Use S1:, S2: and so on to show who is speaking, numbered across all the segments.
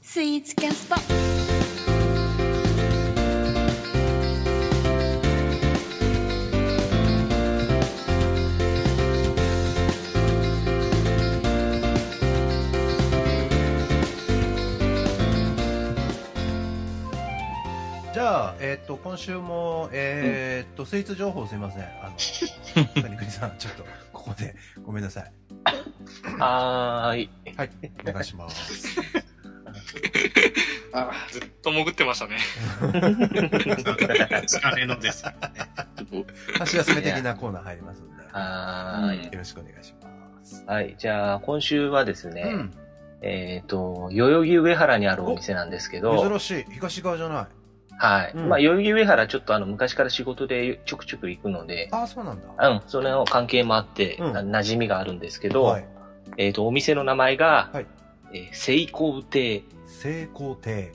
S1: スイーツキャスト
S2: じゃあ、えっ、と、今週も、えっ、と、スイーツ情報すいません。あ の、谷口さん、ちょっと、ここで、ごめんなさい。
S3: はーい。
S2: はい、お願いします。
S4: あ
S5: ずっと潜って ましたね。
S4: 疲れのです。
S2: 箸休め的なコーナー入りますんで、よ
S3: はーい。
S2: ろしくお願いします。
S3: はい。じゃあ、今週はですね、
S2: うん、
S3: えっ、と、代々木上原にあるお店なんですけど、
S2: 珍しい。東側じゃない。
S3: はい。
S2: うん
S3: まあ、代々木上原ちょっとあの、昔から仕事でちょくちょく行くので、
S2: ああ、そうなんだ。
S3: うん、それの関係もあって、
S2: うん
S3: な馴染みがあるんですけど、
S2: はい。
S3: えっ、と、お店の名前が、
S2: はい
S3: えー西光亭、
S2: 成功亭。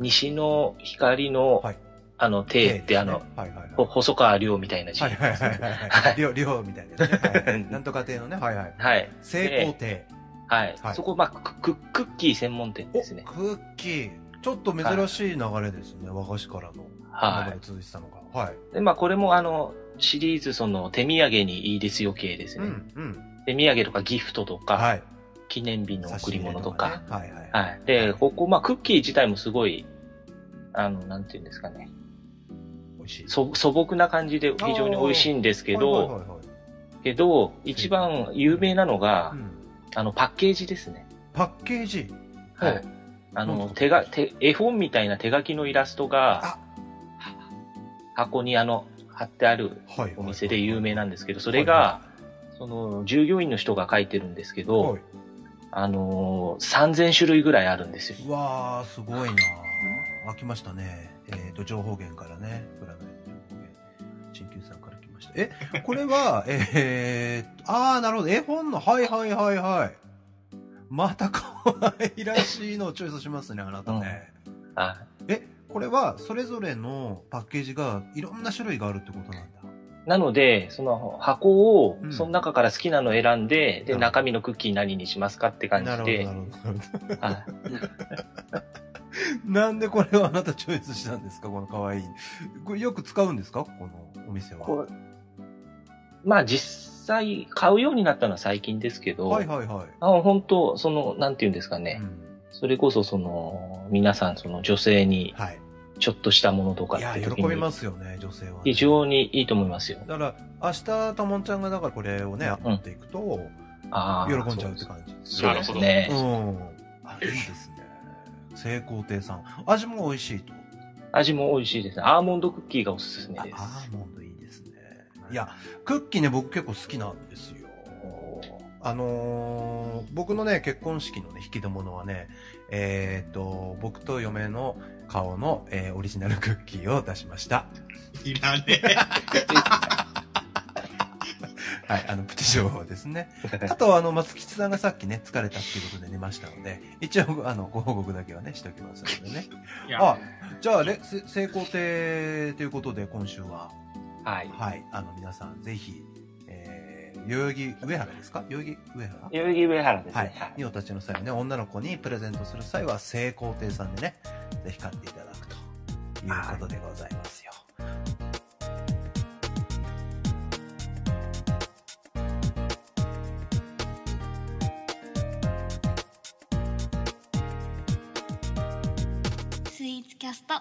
S3: 西の光の、
S2: はい
S3: あの、亭って、
S2: 亭
S3: あの
S2: で、すねはいはい
S3: ほ
S2: はい。
S3: 細川亮みたいな字。
S2: はいはいはいはい。りょう、りょうみたいな、ね。は いなんとか亭のね、はいはい。
S3: はい。
S2: 成功亭。
S3: はい。
S2: はい
S3: そこ、まあ、クククッキー専門店
S2: お、
S3: ですね。
S2: クッキー。ちょっと珍しい流れですね。和菓子からの。
S3: は
S2: 流れ続いてたのが。はい。
S3: い。で、まあ、これも、あの、シリーズ、その、手土産にいいですよ系です
S2: う
S3: ね。
S2: ん、うん。
S3: 手土産とかギフトとか、
S2: はい。
S3: 記念日の贈り物とか。
S2: 差し入れとかね。はいはい。
S3: はい。で、ここ、まあ、クッキー自体もすごい、あの、なんていうんですかね。
S2: 美味しい。
S3: そ素朴な感じで非常に美味しいんですけど、
S2: はいはいはいはい
S3: けど、一番有名なのが、
S2: うん
S3: あの、パッケージですね。
S2: パッケージ。
S3: は
S2: はい
S3: い。あ
S2: なん
S3: の、
S2: か
S3: 手が、手、絵本みたいな手書きのイラストが、箱にあの、貼ってある
S2: はい。
S3: お店で有名なんですけど、そ
S2: そ
S3: れが、、その、従業員の人が書いてるんですけ
S2: はいは
S3: ど、
S2: い
S3: あのー、3000種類ぐらいあるんですよ。
S2: うわー、すごいなー。飽きましたね。えっ、と、情報源からね。占いの情報源。新旧さんから来ました。え、これは、 えーっと、あー、なるほど。絵本の、はいはいはいはい。また可愛らしいのをチョイスしますね、あなたね。
S3: あ
S2: え、これは、それぞれのパッケージが、いろんな種類があるってことなんだ。
S3: なので、その箱を
S2: う、ん
S3: その中から好きなの選んで、
S2: う
S3: で、
S2: ん
S3: 中身のクッキー何にしますかって感
S2: なる
S3: じ
S2: ほど、な、
S3: で
S2: るほどなるほど。
S3: はい
S2: なんでこれをあなたチョイスしたんですかこの可愛い。これよく使うんですかここのお店は。
S3: こうまあ実際買うようになったのは最近ですけど、
S2: はいはいはい。
S3: あ本当その、なんていうんですかね、
S2: うん
S3: それこそその、皆さんその女性に
S2: はい。
S3: ちょっとしたものとか
S2: い
S3: っ
S2: や、
S3: て時
S2: 喜び
S3: に、
S2: ますよね、女性はね、
S3: 非常にいいと思いますよ。
S2: だから、明日、たもんちゃんが、だからこれをね、
S3: うん
S2: 持っていくと、
S3: あー
S2: 喜んじゃうって感じです
S3: そう
S2: ね
S3: そうですね
S2: う。ん。あ、いいですね。成功亭さん。味も美味しいと。
S3: 味も美味しいですね。アーモンドクッキーがおすすめ
S2: あア
S3: です。
S2: ーモンドいいですね。いや、クッキーね、僕結構好きなんですよ。あのー僕のね、結婚式のね、引き出物はね、えーっと、僕と嫁の顔の、えーオリジナルクッキーを出しました。
S4: いらねえ。
S2: はい、あの、プチ情報ですね。あと、あの、松吉さんがさっきね、疲れたっていうことで寝ましたので、一応、あの、ご報告だけはね、しておきますのでね。
S5: いや、
S2: あ、じゃあ、れせ成功亭ということで、今週は、
S3: はい。
S2: はい、あの、皆さん、ぜひ、えー、代々木上原ですか代々木上原
S3: 代々木上原です
S2: はい
S3: ね。。
S2: にお立ちの際はね、女の子にプレゼントする際は、成功亭さんでね、ぜひ買っていただくということでございますよ。
S1: スイーツキャスト